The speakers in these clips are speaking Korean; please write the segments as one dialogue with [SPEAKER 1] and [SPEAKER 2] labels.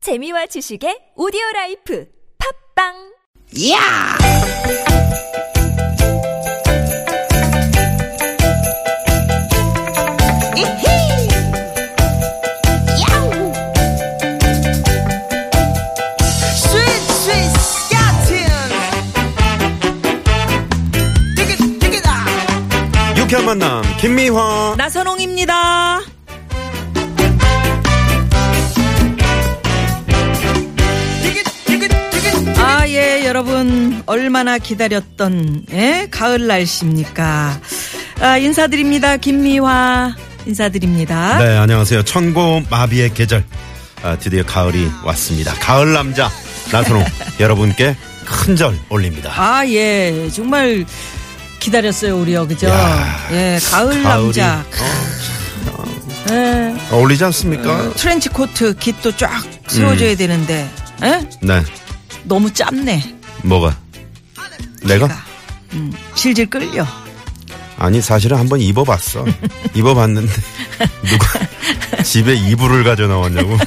[SPEAKER 1] 재미와 지식의 오디오 라이프 팝빵
[SPEAKER 2] 야! 이히! 야우! 스윗, 스윗, 스카틴! 띠깃, 띠깃아!
[SPEAKER 3] 유쾌한 만남 김미화
[SPEAKER 4] 나선홍입니다.
[SPEAKER 2] 띠깃, 띠깃, 띠깃!
[SPEAKER 4] 아, 예, 여러분. 얼마나 기다렸던, 예? 가을 날씨입니까? 아, 인사드립니다. 김미화. 인사드립니다.
[SPEAKER 3] 네 안녕하세요 천고 마비의 계절 아, 드디어 가을이 왔습니다 가을 남자 나선홍 여러분께 큰 절 올립니다
[SPEAKER 4] 아, 예. 정말 기다렸어요, 우리요. 그죠?
[SPEAKER 3] 야,
[SPEAKER 4] 예, 가을
[SPEAKER 3] 가을이,
[SPEAKER 4] 남자. 예,
[SPEAKER 3] 어울리지 않습니까?
[SPEAKER 4] 트렌치 코트 깃도 쫙 세워줘야
[SPEAKER 3] 음.
[SPEAKER 4] 되는데, 예?
[SPEAKER 3] 네
[SPEAKER 4] 너무 짧네.
[SPEAKER 3] 뭐가 내가
[SPEAKER 4] 음, 질질 끌려.
[SPEAKER 3] 아니 사실은 한번 입어봤어 입어봤는데 누가 집에 이불을 가져 나왔냐고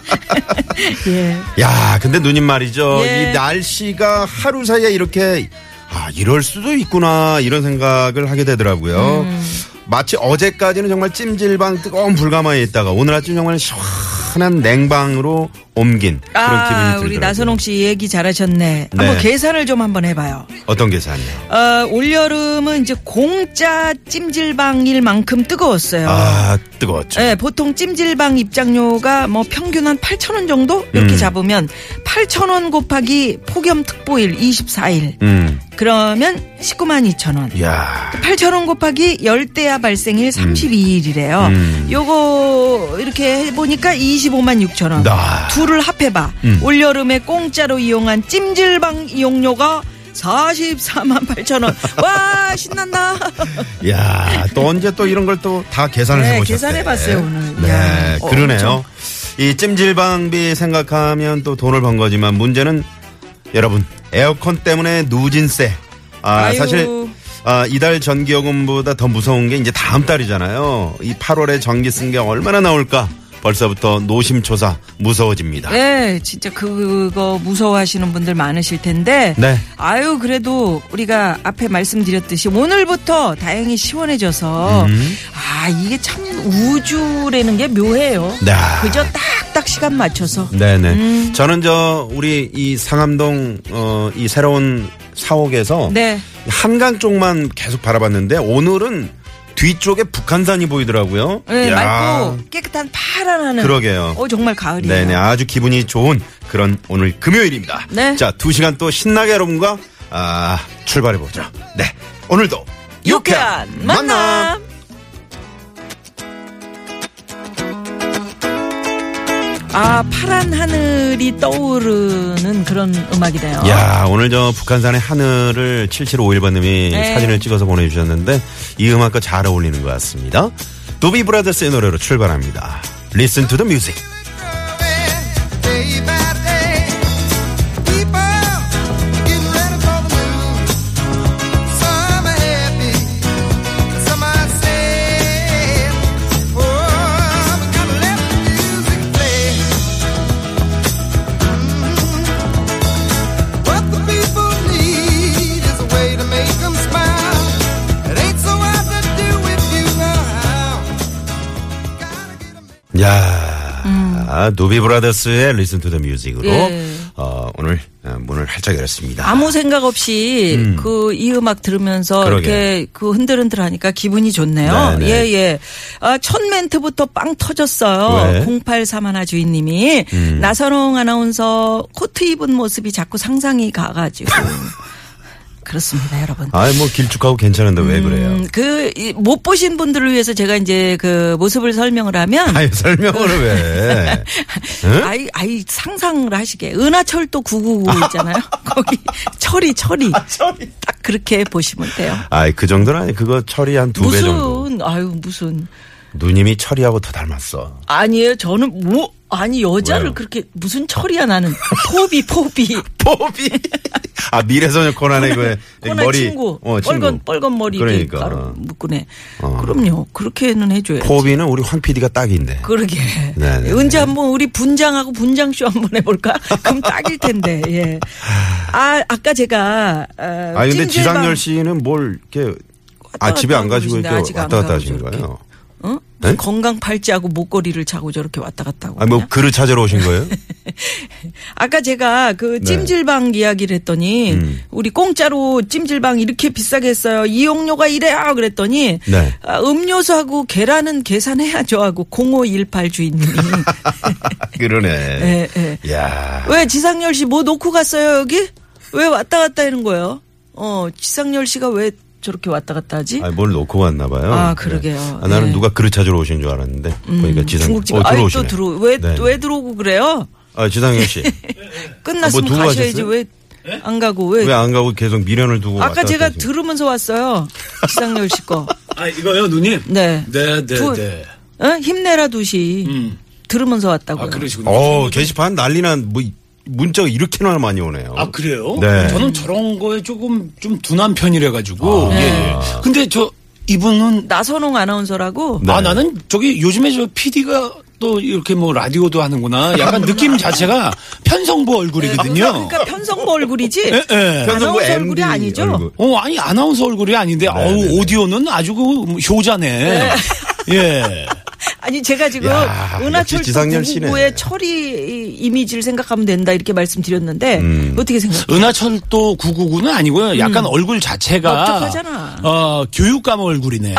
[SPEAKER 4] 예.
[SPEAKER 3] 야 근데 누님 말이죠
[SPEAKER 4] 예.
[SPEAKER 3] 이 날씨가 하루 사이에 이렇게 아 이럴 수도 있구나 이런 생각을 하게 되더라고요
[SPEAKER 4] 음.
[SPEAKER 3] 마치 어제까지는 정말 찜질방 뜨거운 불가마에 있다가 오늘 아침 정말 시원한 냉방으로 옮긴 그런 기분이
[SPEAKER 4] 아,
[SPEAKER 3] 들더라고요
[SPEAKER 4] 우리 나선홍 씨 얘기 잘하셨네. 한번
[SPEAKER 3] 네.
[SPEAKER 4] 계산을 좀 한번 해봐요.
[SPEAKER 3] 어떤 계산이요
[SPEAKER 4] 어, 올여름은 이제 공짜 찜질방일 만큼 뜨거웠어요.
[SPEAKER 3] 아 뜨거웠죠
[SPEAKER 4] 예, 보통 찜질방 입장료가 뭐 평균 한 8,000원 정도? 이렇게
[SPEAKER 3] 음.
[SPEAKER 4] 잡으면 8,000원 곱하기 폭염특보일 24일.
[SPEAKER 3] 음
[SPEAKER 4] 그러면 19만 2천원.
[SPEAKER 3] 야
[SPEAKER 4] 8,000원 곱하기 열대야 발생일 32일이래요.
[SPEAKER 3] 음.
[SPEAKER 4] 요거 이렇게 해보니까 25만 6천원.
[SPEAKER 3] 나.
[SPEAKER 4] 둘을 합해봐.
[SPEAKER 3] 음.
[SPEAKER 4] 올여름에 공짜로 이용한 찜질방 이용료가 44만 8천원. 와, 신난다.
[SPEAKER 3] 야, 또 언제 또 이런 걸 또 다 계산을
[SPEAKER 4] 네,
[SPEAKER 3] 해보셨대
[SPEAKER 4] 계산해봤어요, 오늘.
[SPEAKER 3] 네,
[SPEAKER 4] 야, 어,
[SPEAKER 3] 그러네요.
[SPEAKER 4] 엄청.
[SPEAKER 3] 이 찜질방비 생각하면 또 돈을 번 거지만 문제는 여러분 에어컨 때문에 누진세. 아,
[SPEAKER 4] 아유.
[SPEAKER 3] 사실 아, 이달 전기요금보다 더 무서운 게 이제 다음 달이잖아요. 이 8월에 전기 쓴 게 얼마나 나올까? 벌써부터 노심초사 무서워집니다.
[SPEAKER 4] 네, 진짜 그거 무서워하시는 분들 많으실 텐데.
[SPEAKER 3] 네.
[SPEAKER 4] 아유, 그래도 우리가 앞에 말씀드렸듯이 오늘부터 다행히 시원해져서
[SPEAKER 3] 음.
[SPEAKER 4] 아, 이게 참 우주라는 게 묘해요.
[SPEAKER 3] 네.
[SPEAKER 4] 그저 딱딱 시간 맞춰서.
[SPEAKER 3] 네네.
[SPEAKER 4] 음.
[SPEAKER 3] 저는 저 우리 이 상암동 어 이 새로운 사옥에서
[SPEAKER 4] 네.
[SPEAKER 3] 한강 쪽만 계속 바라봤는데 오늘은 뒤쪽에 북한산이 보이더라고요.
[SPEAKER 4] 네,
[SPEAKER 3] 이야,
[SPEAKER 4] 맑고 깨끗한 파란 하늘.
[SPEAKER 3] 그러게요.
[SPEAKER 4] 어, 정말 가을이에요.
[SPEAKER 3] 네네 아주 기분이 좋은 그런 오늘 금요일입니다.
[SPEAKER 4] 네.
[SPEAKER 3] 자두 시간 또 신나게 여러분과 아 출발해 보죠. 네 오늘도
[SPEAKER 4] 유쾌한 만남. 아, 파란 하늘이 떠오르는 그런 음악이네요.
[SPEAKER 3] 야 오늘 저 북한산의 하늘을 7751번님이
[SPEAKER 4] 네.
[SPEAKER 3] 사진을 찍어서 보내주셨는데 이 음악과 잘 어울리는 것 같습니다. 도비 브라더스의 노래로 출발합니다. Listen to the music.
[SPEAKER 5] Day by day, people getting ready for the news. Some are happy, some are sad. Oh, we gotta let the music play. What the people need is a way to make 'em smile. It ain't so hard to do if you know how. Gotta get 'em.
[SPEAKER 3] 야 아, 도비 브라더스의 Listen to the music으로
[SPEAKER 4] 음. 예.
[SPEAKER 3] 어, 오늘 어, 문을 활짝 열었습니다.
[SPEAKER 4] 아무 생각 없이 그 이 음악 들으면서
[SPEAKER 3] 그러게.
[SPEAKER 4] 이렇게 그 흔들흔들 하니까 기분이 좋네요.
[SPEAKER 3] 네네.
[SPEAKER 4] 예, 예. 아, 첫 멘트부터 빵 터졌어요.
[SPEAKER 3] 왜? 음.
[SPEAKER 4] 0831 주인님이 나선홍 아나운서 코트 입은 모습이 자꾸 상상이 가가지고. 그렇습니다, 여러분.
[SPEAKER 3] 아이 뭐 길쭉하고 괜찮은데
[SPEAKER 4] 음.
[SPEAKER 3] 왜 그래요?
[SPEAKER 4] 그못 보신 분들을 위해서 제가 이제 그 모습을 설명을 하면
[SPEAKER 3] 아이 설명을 왜? 응?
[SPEAKER 4] 아이 아이 상상을 하시게 은하철도 999 있잖아요. 거기 철이 철이
[SPEAKER 3] 아,
[SPEAKER 4] 딱 그렇게 보시면 돼요.
[SPEAKER 3] 아이 그 정도는 아니 그거 처리 한 두 배 정도.
[SPEAKER 4] 무슨 아유 무슨
[SPEAKER 3] 누님이 처리하고 더 닮았어.
[SPEAKER 4] 아니에요. 저는 뭐 아니 여자를
[SPEAKER 3] 왜요?
[SPEAKER 4] 그렇게 무슨 철이야 나는 포비 포비
[SPEAKER 3] 포비 아 미래소년 코난의 그
[SPEAKER 4] 코난
[SPEAKER 3] 머리
[SPEAKER 4] 친구,
[SPEAKER 3] 어, 친구.
[SPEAKER 4] 빨간 빨간 머리 이렇게
[SPEAKER 3] 그러니까.
[SPEAKER 4] 가루 묶으네.
[SPEAKER 3] 어.
[SPEAKER 4] 그럼요. 그렇게는 해줘요.
[SPEAKER 3] 포비는 우리 황 PD가 딱인데.
[SPEAKER 4] 그러게.
[SPEAKER 3] 네, 네,
[SPEAKER 4] 언제 한번 우리 분장하고 분장쇼 한번 해볼까? 그럼 딱일 텐데. 예. 아 아까 제가 어,
[SPEAKER 3] 아 근데
[SPEAKER 4] 찜질방-
[SPEAKER 3] 지상렬 씨는 뭘 이렇게 아
[SPEAKER 4] 왔다
[SPEAKER 3] 집에 안
[SPEAKER 4] 갔다
[SPEAKER 3] 가시고
[SPEAKER 4] 하고
[SPEAKER 3] 이렇게
[SPEAKER 4] 그러신데 아직 안
[SPEAKER 3] 왔다 갔다
[SPEAKER 4] 가고
[SPEAKER 3] 하시는
[SPEAKER 4] 저렇게.
[SPEAKER 3] 거예요?
[SPEAKER 4] 어?
[SPEAKER 3] 네?
[SPEAKER 4] 건강 팔찌하고 목걸이를 차고 저렇게 왔다 갔다 하고.
[SPEAKER 3] 아 뭐
[SPEAKER 4] 그냥.
[SPEAKER 3] 그릇 찾으러 오신 거예요?
[SPEAKER 4] 아까 제가
[SPEAKER 3] 네.
[SPEAKER 4] 그 찜질방 이야기를 했더니
[SPEAKER 3] 음.
[SPEAKER 4] 우리 공짜로 찜질방 이렇게 비싸게 했어요. 이용료가 이래요. 그랬더니
[SPEAKER 3] 네.
[SPEAKER 4] 아, 음료수하고 계란은 계산해야죠 하고 0518 주인님이
[SPEAKER 3] 그러네.
[SPEAKER 4] 예, 예.
[SPEAKER 3] 야.
[SPEAKER 4] 왜 지상열 씨 뭐 놓고 갔어요 여기? 왜 왔다 갔다 하는 거예요? 어 지상열 씨가 왜 저렇게 왔다 갔다 하지?
[SPEAKER 3] 아, 뭘 놓고 왔나 봐요.
[SPEAKER 4] 아, 그러게요.
[SPEAKER 3] 네. 아, 나는
[SPEAKER 4] 네.
[SPEAKER 3] 누가 그릇 찾으러 오신 줄 알았는데 보니까 지상
[SPEAKER 4] 중국집
[SPEAKER 3] 어,
[SPEAKER 4] 아이 또
[SPEAKER 3] 들어오시네.
[SPEAKER 4] 들어 왜왜
[SPEAKER 3] 네.
[SPEAKER 4] 들어오고 그래요?
[SPEAKER 3] 아, 지상렬 씨.
[SPEAKER 4] 끝났으면
[SPEAKER 3] 두고
[SPEAKER 4] 가셔야지
[SPEAKER 3] 가셨어요?
[SPEAKER 4] 왜 안 가고 왜
[SPEAKER 3] 아, 뭐 왜 안 가고 계속 미련을 두고 왔다
[SPEAKER 4] 아까
[SPEAKER 3] 갔다
[SPEAKER 4] 제가
[SPEAKER 3] 하시는 거예요?
[SPEAKER 4] 들으면서 왔어요. 지상열 씨 거.
[SPEAKER 6] 아 이거요 누님.
[SPEAKER 4] 네.
[SPEAKER 6] 네, 네,
[SPEAKER 4] 두-
[SPEAKER 6] 네.
[SPEAKER 4] 어? 힘내라 두시. 들으면서 왔다고요.
[SPEAKER 6] 아 그러시군요.
[SPEAKER 3] 어, 게시판 난리난 뭐 이- 문자가 이렇게나 많이 오네요.
[SPEAKER 6] 아 그래요?
[SPEAKER 3] 네.
[SPEAKER 6] 저는 저런 거에 조금 좀 둔한 편이라 가지고.
[SPEAKER 3] 아.
[SPEAKER 6] 예, 예. 근데 저 이분은
[SPEAKER 4] 나선홍 아나운서라고.
[SPEAKER 3] 네.
[SPEAKER 6] 아 나는 저기 요즘에 저 PD가 또 이렇게 뭐 라디오도 하는구나. 약간 느낌 자체가 편성부 얼굴이거든요.
[SPEAKER 4] 그러니까 편성보 얼굴이지.
[SPEAKER 6] 예.
[SPEAKER 3] 편성부
[SPEAKER 4] 아나운서
[SPEAKER 3] MD
[SPEAKER 4] 얼굴이 아니죠?
[SPEAKER 3] 얼굴.
[SPEAKER 6] 어 아니 아나운서 얼굴이 아닌데 어우
[SPEAKER 3] 네, 네.
[SPEAKER 6] 오디오는 아주 그 효자네. 예.
[SPEAKER 4] 아니 제가 지금
[SPEAKER 3] 야, 역시
[SPEAKER 4] 은하철도
[SPEAKER 3] 지상렬 씨네.
[SPEAKER 4] 구구의 철이 이- 이미지를 생각하면 된다 이렇게 말씀드렸는데
[SPEAKER 3] 음.
[SPEAKER 4] 어떻게 생각?
[SPEAKER 6] 은하철도 999는 아니고요. 약간
[SPEAKER 4] 음.
[SPEAKER 6] 얼굴 자체가
[SPEAKER 4] 넓적하잖아.
[SPEAKER 6] 어, 교육감 얼굴이네.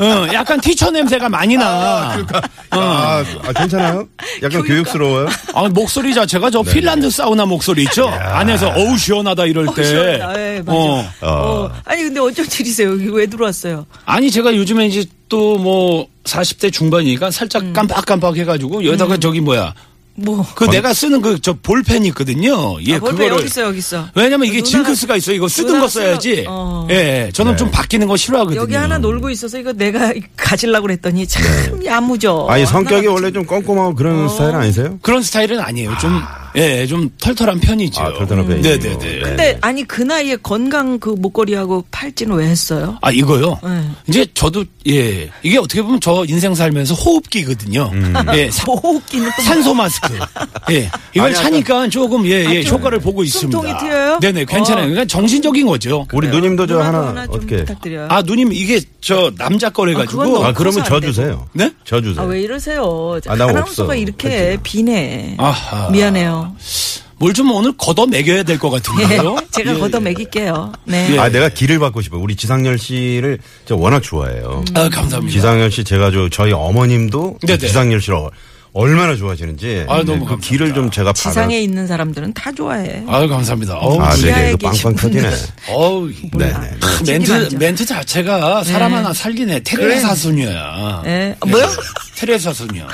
[SPEAKER 6] 어, 약간 티처 냄새가 많이 나.
[SPEAKER 3] 아, 아, 괜찮아요?
[SPEAKER 4] 그러니까.
[SPEAKER 3] 약간 교육스러워요?
[SPEAKER 4] 어,
[SPEAKER 6] 아, 목소리 자체가
[SPEAKER 4] 네.
[SPEAKER 6] 저 핀란드 사우나 목소리 있죠? 안에서 어우 시원하다 이럴 때.
[SPEAKER 4] 예, 맞아.
[SPEAKER 6] 어.
[SPEAKER 4] 어. 아니 근데 어쩐 일이세요? 여기 왜 들어왔어요?
[SPEAKER 6] 아니 제가 요즘에 이제 또 뭐 40대 중반이니까 살짝
[SPEAKER 4] 음.
[SPEAKER 6] 깜빡깜빡 해가지고 여기다가 저기 뭐야
[SPEAKER 4] 뭐?
[SPEAKER 6] 그 내가 쓰는 그 저 볼펜 있거든요. 예,
[SPEAKER 4] 아, 볼펜
[SPEAKER 6] 그거를
[SPEAKER 4] 여기 있어 여기 있어.
[SPEAKER 6] 왜냐면 이게
[SPEAKER 4] 누나가-
[SPEAKER 6] 징크스가 있어. 이거 쓰던
[SPEAKER 4] 누나가
[SPEAKER 6] 거 써야지.
[SPEAKER 4] 쓰는- 어.
[SPEAKER 6] 예, 예. 저는 좀 바뀌는 거 싫어하거든요.
[SPEAKER 4] 여기 하나 놀고 있어서 이거 내가 가지려고 그랬더니 참 야무져.
[SPEAKER 3] 네. 아니, 성격이
[SPEAKER 4] 하나가-
[SPEAKER 3] 원래 좀 꼼꼼하고
[SPEAKER 4] 어.
[SPEAKER 3] 그런 스타일 아니세요?
[SPEAKER 6] 그런 스타일은 아니에요. 좀, 예, 좀 털털한 편이죠.
[SPEAKER 3] 아, 털털한 편이고.
[SPEAKER 6] 네네네.
[SPEAKER 4] 근데 아니 그 나이에 건강 그 목걸이하고 팔찌는 왜 했어요?
[SPEAKER 6] 아, 이거요?
[SPEAKER 4] 네.
[SPEAKER 6] 이제 저도, 예. 이게 어떻게 보면 저 인생 살면서 호흡기거든요.
[SPEAKER 3] 음.
[SPEAKER 6] 예. 사-
[SPEAKER 4] 호흡기는 또
[SPEAKER 6] 산소 마스크. 예. 이걸
[SPEAKER 3] 아니,
[SPEAKER 6] 차니까 조금, 예, 예, 효과를 보고 있습니다.
[SPEAKER 4] 아, 숨통이 트여요?
[SPEAKER 6] 네네, 괜찮아요.
[SPEAKER 4] 어.
[SPEAKER 6] 그러니까 정신적인 거죠.
[SPEAKER 3] 우리 누님도 저
[SPEAKER 4] 누나도
[SPEAKER 3] 하나,
[SPEAKER 4] 좀
[SPEAKER 3] 어떻게.
[SPEAKER 4] 부탁드려요. 아,
[SPEAKER 6] 아, 누님, 이게 저 남자
[SPEAKER 4] 아, 그건
[SPEAKER 6] 거래가지고.
[SPEAKER 4] 너무
[SPEAKER 3] 아, 그러면
[SPEAKER 4] 커서
[SPEAKER 3] 저
[SPEAKER 4] 안 돼.
[SPEAKER 3] 주세요.
[SPEAKER 6] 네?
[SPEAKER 3] 저 주세요.
[SPEAKER 4] 아, 왜 이러세요?
[SPEAKER 3] 아, 나
[SPEAKER 4] 나운서가
[SPEAKER 3] 없어.
[SPEAKER 4] 이렇게 비네.
[SPEAKER 6] 아하.
[SPEAKER 4] 미안해요.
[SPEAKER 6] 뭘 좀 오늘 걷어먹여야 될 것 같은데요?
[SPEAKER 4] 예, 제가
[SPEAKER 6] 예,
[SPEAKER 4] 걷어 먹일게요. 네.
[SPEAKER 3] 아, 내가 길을 받고 싶어요. 우리 지상열 씨를 저 워낙 좋아해요.
[SPEAKER 6] 아, 감사합니다.
[SPEAKER 3] 지상열 씨, 제가 저, 저희 어머님도
[SPEAKER 6] 네네.
[SPEAKER 3] 지상열 씨를 어- 얼마나 좋아하시는지.
[SPEAKER 6] 아, 너무
[SPEAKER 3] 네, 그
[SPEAKER 6] 감사합니다.
[SPEAKER 3] 길을 좀 제가 받아.
[SPEAKER 4] 지상에 있는 사람들은 다 좋아해.
[SPEAKER 6] 아유, 감사합니다. 어우,
[SPEAKER 3] 아,
[SPEAKER 4] 지하에
[SPEAKER 3] 네네. 이거
[SPEAKER 4] 계신
[SPEAKER 3] 빵빵 터지네.
[SPEAKER 6] 어우,
[SPEAKER 3] 네, 네.
[SPEAKER 6] 크,
[SPEAKER 4] 튀김
[SPEAKER 6] 그 멘트,
[SPEAKER 4] 아니죠?
[SPEAKER 6] 멘트 자체가 사람 하나 살리네. 테레사 소녀야.
[SPEAKER 4] 예. 아, 뭐요?
[SPEAKER 6] 테레사 소녀.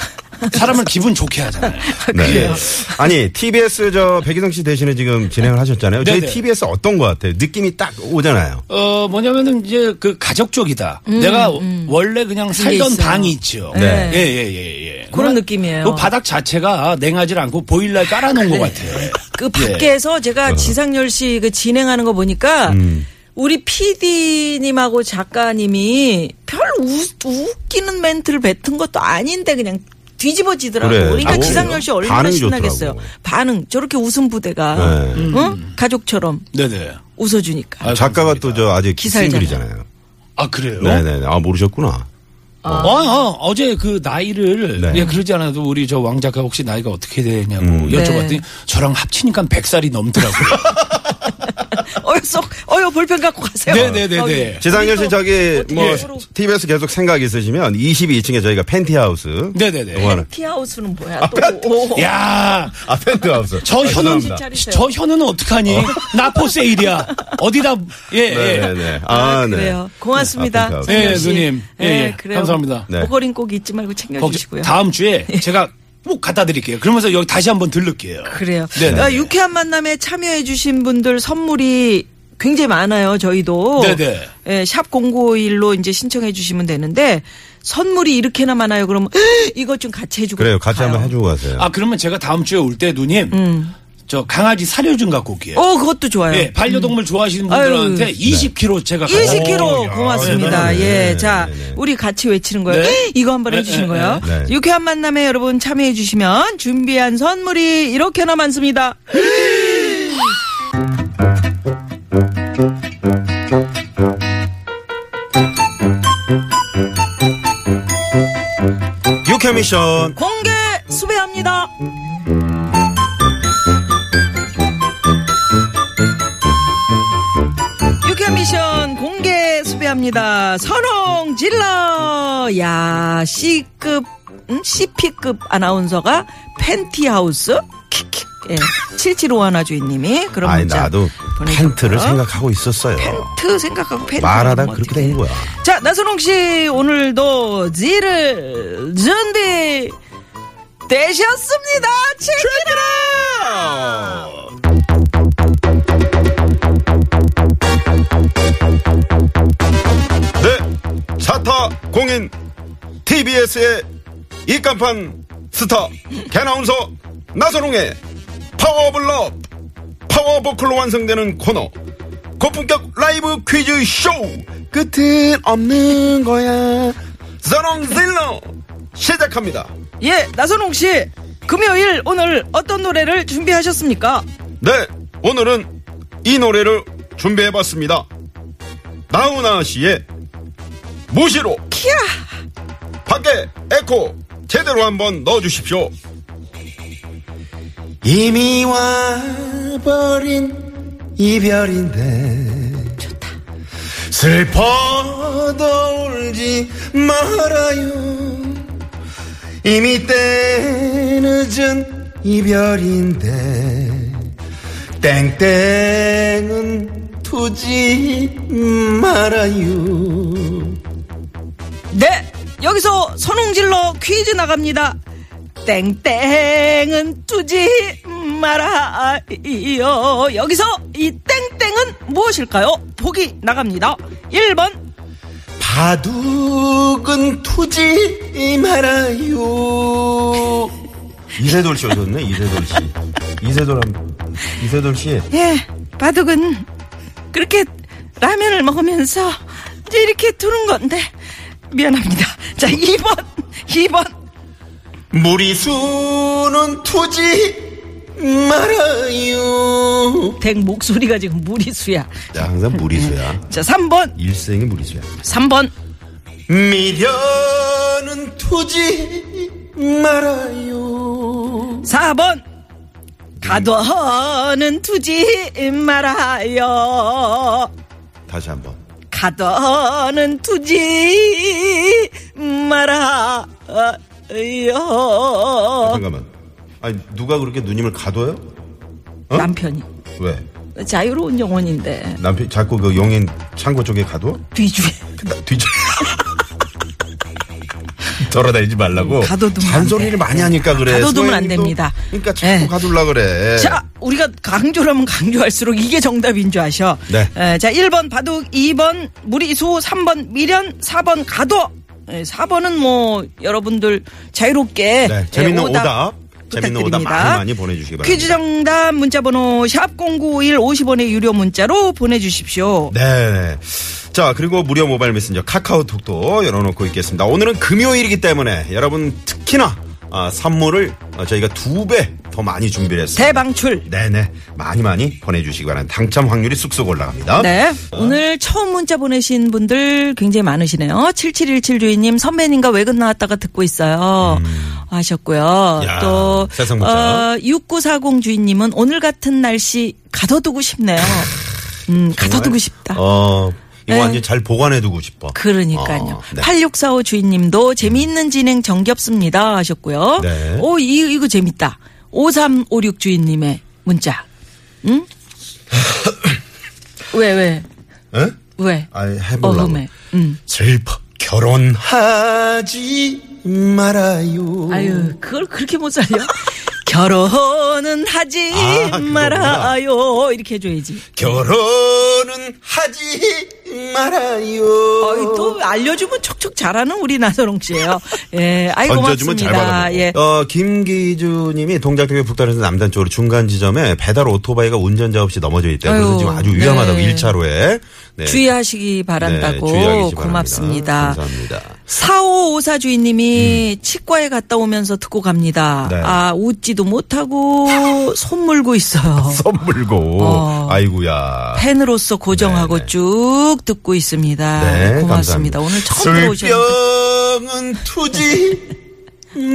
[SPEAKER 6] 사람을 기분 좋게 하잖아요.
[SPEAKER 3] 네. 아니, TBS 저 백이성 씨 대신에 지금 진행을 하셨잖아요. 저희
[SPEAKER 6] 네네.
[SPEAKER 3] TBS 어떤 것 같아요? 느낌이 딱 오잖아요.
[SPEAKER 6] 어, 뭐냐면은 이제 그 가족 쪽이다. 내가 원래 그냥 살던
[SPEAKER 4] 음, 있어요.
[SPEAKER 6] 방이 있죠.
[SPEAKER 3] 네.
[SPEAKER 6] 예, 예, 예, 예.
[SPEAKER 4] 그런
[SPEAKER 6] 그러니까
[SPEAKER 4] 느낌이에요.
[SPEAKER 6] 그 바닥 자체가 냉하지 않고 보일러에 깔아놓은 것 같아요.
[SPEAKER 4] 그
[SPEAKER 3] 예.
[SPEAKER 4] 밖에서 제가
[SPEAKER 3] 어.
[SPEAKER 4] 지상열 씨 그 진행하는 거 보니까
[SPEAKER 3] 음.
[SPEAKER 4] 우리 PD님하고 작가님이 별 우- 웃기는 멘트를 뱉은 것도 아닌데 그냥 뒤집어지더라고.
[SPEAKER 3] 그래.
[SPEAKER 4] 그러니까
[SPEAKER 3] 아,
[SPEAKER 4] 지상열 씨 얼마나
[SPEAKER 3] 반응이
[SPEAKER 4] 신나겠어요.
[SPEAKER 3] 좋더라고.
[SPEAKER 4] 반응 저렇게 웃음 부대가
[SPEAKER 3] 네.
[SPEAKER 4] 응? 가족처럼
[SPEAKER 6] 네네.
[SPEAKER 4] 웃어주니까.
[SPEAKER 6] 아,
[SPEAKER 3] 작가가 또 저 아직
[SPEAKER 4] 기사일잖아요.
[SPEAKER 3] 싱글이잖아요.
[SPEAKER 6] 아, 그래요?
[SPEAKER 3] 네네네. 아, 모르셨구나.
[SPEAKER 6] 어, 어, 어제 그 나이를
[SPEAKER 3] 네.
[SPEAKER 6] 예, 그러지 않아도 우리 저 왕 작가 혹시 나이가 어떻게 되냐고
[SPEAKER 3] 음.
[SPEAKER 4] 네.
[SPEAKER 6] 여쭤봤더니 저랑 합치니까 100살이 넘더라고요.
[SPEAKER 3] 아.
[SPEAKER 4] 어여 쏙 어여 볼펜 갖고 가세요. 저기.
[SPEAKER 6] 네네네네.
[SPEAKER 3] 지상열 씨 저기
[SPEAKER 4] 어떻게
[SPEAKER 3] 뭐
[SPEAKER 4] 서로-
[SPEAKER 3] TBS 계속 생각 있으시면 22층에 저희가 팬티하우스.
[SPEAKER 6] 네네네.
[SPEAKER 3] 영화는.
[SPEAKER 4] 티하우스는 뭐야? 또 오, 오.
[SPEAKER 6] 야,
[SPEAKER 3] 아, 팬트하우스.
[SPEAKER 6] 저 현은
[SPEAKER 4] 정신 차리세요.
[SPEAKER 6] 저 현은 어떡하니? 나포 세일이야. 어디다 예. 예.
[SPEAKER 3] 네네. 아, 네.
[SPEAKER 4] 그래요. 고맙습니다.
[SPEAKER 3] 아, 팬트하우스.
[SPEAKER 4] 상열
[SPEAKER 6] 예,
[SPEAKER 4] 씨.
[SPEAKER 6] 누님. 예, 예.
[SPEAKER 4] 그래요.
[SPEAKER 6] 감사합니다.
[SPEAKER 3] 네.
[SPEAKER 4] 목걸이는 꼭 잊지 말고
[SPEAKER 6] 거기-
[SPEAKER 4] 챙겨주시고요. 예.
[SPEAKER 6] 다음 주에 제가 꼭 갖다 드릴게요. 그러면서 여기 다시 한번 들를게요.
[SPEAKER 4] 그래요.
[SPEAKER 6] 네네.
[SPEAKER 4] 아, 유쾌한 만남에 참여해주신 분들 선물이 굉장히 많아요. 저희도
[SPEAKER 6] 네네.
[SPEAKER 4] 예, 샵 공고일로 이제 신청해 주시면 되는데 선물이 이렇게나 많아요. 그러면 이것 좀 같이 해주고
[SPEAKER 3] 그래요. 아, 같이
[SPEAKER 4] 가요.
[SPEAKER 3] 한번 해주고 가세요.
[SPEAKER 6] 아, 그러면 제가 다음 주에 올 때 누님 저 강아지 사료준 갖고 오기예요.
[SPEAKER 4] 어, 그것도 좋아요.
[SPEAKER 6] 예, 반려동물 좋아하시는 분들한테
[SPEAKER 4] 아유.
[SPEAKER 6] 20kg 제가
[SPEAKER 4] 20kg
[SPEAKER 3] 야,
[SPEAKER 4] 고맙습니다.
[SPEAKER 3] 대단하네.
[SPEAKER 4] 예,
[SPEAKER 3] 네,
[SPEAKER 4] 자,
[SPEAKER 3] 네, 네.
[SPEAKER 4] 우리 같이 외치는 거예요.
[SPEAKER 6] 네.
[SPEAKER 4] 이거 한번
[SPEAKER 6] 네,
[SPEAKER 4] 해주시는
[SPEAKER 6] 네,
[SPEAKER 4] 거예요.
[SPEAKER 3] 네, 네.
[SPEAKER 4] 유쾌한 만남에 여러분 참여해주시면 준비한 선물이 이렇게나 많습니다.
[SPEAKER 3] 유쾌 미션.
[SPEAKER 4] 공개 수배합니다. 유쾌한 미션 공개 수배합니다. 선홍 질러. 야 C급, 음? CP급 아나운서가 팬티하우스 킥킥. 예. 7751 하나 주인님이 그런
[SPEAKER 3] 아니
[SPEAKER 4] 문자
[SPEAKER 3] 나도
[SPEAKER 4] 보내주셨고요.
[SPEAKER 3] 팬트를 생각하고 있었어요.
[SPEAKER 4] 팬트 생각하고 팬트
[SPEAKER 3] 어? 말하다
[SPEAKER 4] 하는 거
[SPEAKER 3] 그렇게
[SPEAKER 4] 어떡해.
[SPEAKER 3] 된 거야.
[SPEAKER 4] 자, 나선홍 씨, 오늘도 지를 준비 되셨습니다. 체키라!
[SPEAKER 3] 네, 사타 공인 TBS의 입간판 스타 개나운서 나선홍의 파워블럽 파워보컬로 완성되는 코너 고품격 라이브 퀴즈 쇼 끝은 없는 거야 선홍질러 시작합니다.
[SPEAKER 4] 예, 나선홍 씨, 금요일 오늘 어떤 노래를 준비하셨습니까?
[SPEAKER 3] 네, 오늘은 이 노래를 준비해봤습니다. 나훈아 씨의 무시로
[SPEAKER 4] 키야!
[SPEAKER 3] 밖에 에코 제대로 한번 넣어주십시오. 이미 와버린 이별인데 좋다. 슬퍼도 울지 말아요. 이미 때 늦은 이별인데 땡땡은 두지 말아요.
[SPEAKER 4] 네, 여기서 선홍질러 퀴즈 나갑니다. 땡땡은 두지 말아요. 여기서 이 땡땡은 무엇일까요? 보기 나갑니다. 1번
[SPEAKER 3] 바둑은 투지 말아요. 이세돌 씨 오셨네, 이세돌 씨. 이세돌 한, 이세돌 씨.
[SPEAKER 4] 예, 바둑은 그렇게 라면을 먹으면서 이제 이렇게 두는 건데 미안합니다. 자, 2번, 2번.
[SPEAKER 3] 무리수는 투지 말아요.
[SPEAKER 4] 댁 목소리가 지금 무리수야.
[SPEAKER 3] 야, 항상 무리수야.
[SPEAKER 4] 자, 3번,
[SPEAKER 3] 일생이 무리수야.
[SPEAKER 4] 3번.
[SPEAKER 3] 미련은 투지 말아요.
[SPEAKER 4] 4번 가둬는 두지 말아요
[SPEAKER 3] 다시 한 번.
[SPEAKER 4] 가둬는 두지 말아요
[SPEAKER 3] 잠깐만. 아니, 누가 그렇게 누님을 가둬요? 어?
[SPEAKER 4] 남편이
[SPEAKER 3] 왜?
[SPEAKER 4] 자유로운 영혼인데
[SPEAKER 3] 남편 자꾸 그 용인 창고 쪽에 가둬?
[SPEAKER 4] 뒤주에
[SPEAKER 3] 뒤져. 돌아다니지 말라고.
[SPEAKER 4] 가둬두면
[SPEAKER 3] 잔소리를
[SPEAKER 4] 안 돼.
[SPEAKER 3] 많이 하니까 그래.
[SPEAKER 4] 가둬두면 안
[SPEAKER 3] 소행이도-
[SPEAKER 4] 됩니다.
[SPEAKER 3] 그러니까 자꾸
[SPEAKER 4] 네.
[SPEAKER 3] 가둘라 그래.
[SPEAKER 4] 자, 우리가 강조라면 강조할수록 이게 정답인 줄 아셔.
[SPEAKER 3] 네.
[SPEAKER 4] 에, 자, 1번 바둑, 2번 무리수, 3번 미련, 4번 가도. 에, 4번은 뭐 여러분들 자유롭게
[SPEAKER 3] 네,
[SPEAKER 4] 에,
[SPEAKER 3] 재밌는 오답, 재밌는
[SPEAKER 4] 부탁드립니다.
[SPEAKER 3] 오답 많이 많이 보내주시기 바랍니다.
[SPEAKER 4] 퀴즈 정답 문자 번호 샵0951 50원의 유료 문자로 보내 주십시오.
[SPEAKER 3] 네. 자, 그리고 무료 모바일 메신저 카카오톡도 열어놓고 있겠습니다. 오늘은 금요일이기 때문에 여러분 특히나 아, 선물을 어, 저희가 두 배 더 많이 준비를 했습니다.
[SPEAKER 4] 대방출.
[SPEAKER 3] 네네. 많이 많이 보내주시기 바랍니다. 당첨 확률이 쑥쑥 올라갑니다.
[SPEAKER 4] 네. 오늘 처음 문자 보내신 분들 굉장히 많으시네요. 7717 주인님 선배님과 외근 나왔다가 듣고 있어요. 하셨고요.
[SPEAKER 3] 음. 야,
[SPEAKER 4] 또
[SPEAKER 3] 세상 문자.
[SPEAKER 4] 어, 6940 주인님은 오늘 같은 날씨 가둬두고 싶네요. 음, 가둬두고 싶다.
[SPEAKER 3] 어, 이거
[SPEAKER 4] 네.
[SPEAKER 3] 완전 잘 보관해두고 싶어.
[SPEAKER 4] 그러니까요.
[SPEAKER 3] 어, 네.
[SPEAKER 4] 8645 주인님도 재미있는 진행 정겹습니다 하셨고요.
[SPEAKER 3] 네.
[SPEAKER 4] 오, 이, 이거 재밌다. 5356 주인님의 문자. 응? 왜, 왜,
[SPEAKER 3] 에?
[SPEAKER 4] 왜?
[SPEAKER 3] 아, 해보려고.
[SPEAKER 4] 어흠해. 음.
[SPEAKER 3] 슬퍼 결혼하지 말아요.
[SPEAKER 4] 아유, 그걸 그렇게 못 살려? 결혼은 하지
[SPEAKER 3] 아, 그거구나.
[SPEAKER 4] 말아요. 이렇게 해줘야지.
[SPEAKER 3] 결혼은 하지
[SPEAKER 2] 말아요.
[SPEAKER 4] 어이, 또 알려주면 척척 잘하는 우리 나선홍 씨예요. 예, 아이
[SPEAKER 3] 얹어주면 잘 받아.
[SPEAKER 4] 고맙습니다.
[SPEAKER 3] 예.
[SPEAKER 4] 예.
[SPEAKER 3] 어, 김기주님이 동작대교 북단에서 남단 쪽으로 중간 지점에 배달 오토바이가 운전자 없이 넘어져 있다. 그래서
[SPEAKER 4] 아유,
[SPEAKER 3] 지금 아주 위험하다고
[SPEAKER 4] 네.
[SPEAKER 3] 일차로에 네.
[SPEAKER 4] 주의하시기 바란다고
[SPEAKER 3] 네, 주의하시기 바랍니다.
[SPEAKER 4] 고맙습니다.
[SPEAKER 3] 감사합니다. 음.
[SPEAKER 4] 4554 주인님이 치과에 갔다 오면서 듣고 갑니다.
[SPEAKER 3] 네.
[SPEAKER 4] 아, 웃지도 못하고 손 물고 있어요.
[SPEAKER 3] 선물고
[SPEAKER 4] 어.
[SPEAKER 3] 아이고야.
[SPEAKER 4] 팬으로서 고정하고
[SPEAKER 3] 네, 네.
[SPEAKER 4] 쭉 듣고 있습니다.
[SPEAKER 3] 네,
[SPEAKER 4] 고맙습니다.
[SPEAKER 3] 감사합니다.
[SPEAKER 4] 오늘 처음 들어오셨는데
[SPEAKER 3] 술병은 투지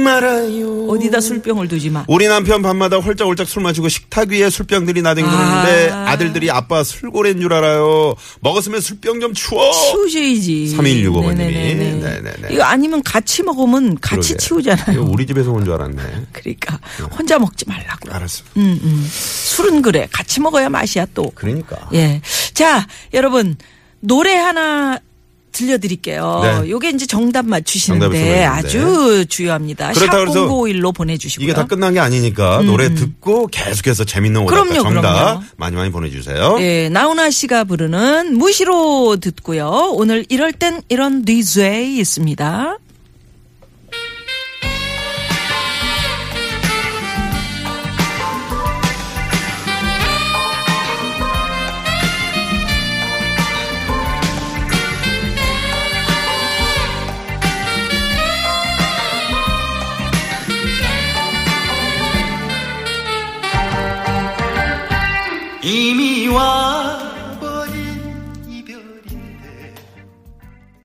[SPEAKER 3] 말아요.
[SPEAKER 4] 어디다 술병을 두지 마.
[SPEAKER 3] 우리 남편 밤마다 홀짝홀짝 술 마시고 식탁 위에 술병들이 나뒹구는데
[SPEAKER 4] 아.
[SPEAKER 3] 아~ 들들이 아빠 술고래인 줄 알아요. 먹었으면 술병 좀 치워.
[SPEAKER 4] 치우셔야지.
[SPEAKER 3] 3165 번님이.
[SPEAKER 4] 네네네네.
[SPEAKER 3] 어. 네네네.
[SPEAKER 4] 이거 아니면 같이 먹으면 같이
[SPEAKER 3] 그러게.
[SPEAKER 4] 치우잖아요.
[SPEAKER 3] 이거 우리 집에서 온 줄 알았네. 음.
[SPEAKER 4] 그러니까 혼자 먹지 말라고요.
[SPEAKER 3] 알았어.
[SPEAKER 4] 술은 그래. 같이 먹어야 맛이야 또.
[SPEAKER 3] 그러니까.
[SPEAKER 4] 예. 자, 여러분 노래 하나 들려드릴게요.
[SPEAKER 3] 네.
[SPEAKER 4] 요게 이제 정답
[SPEAKER 3] 정답을
[SPEAKER 4] 맞추시는데
[SPEAKER 3] 쓰면
[SPEAKER 4] 아주 주요합니다. 샵
[SPEAKER 3] 그렇다 그래서
[SPEAKER 4] 0951로 보내주시고요.
[SPEAKER 3] 이게 다 끝난 게 아니니까 노래 듣고 계속해서 재밌는 오답과
[SPEAKER 4] 그럼요,
[SPEAKER 3] 정답
[SPEAKER 4] 그럼요.
[SPEAKER 3] 많이 많이 보내주세요.
[SPEAKER 4] 예, 나훈아 씨가 부르는 무시로 듣고요. 오늘 이럴 땐 이런 DJ 있습니다.
[SPEAKER 5] 이미와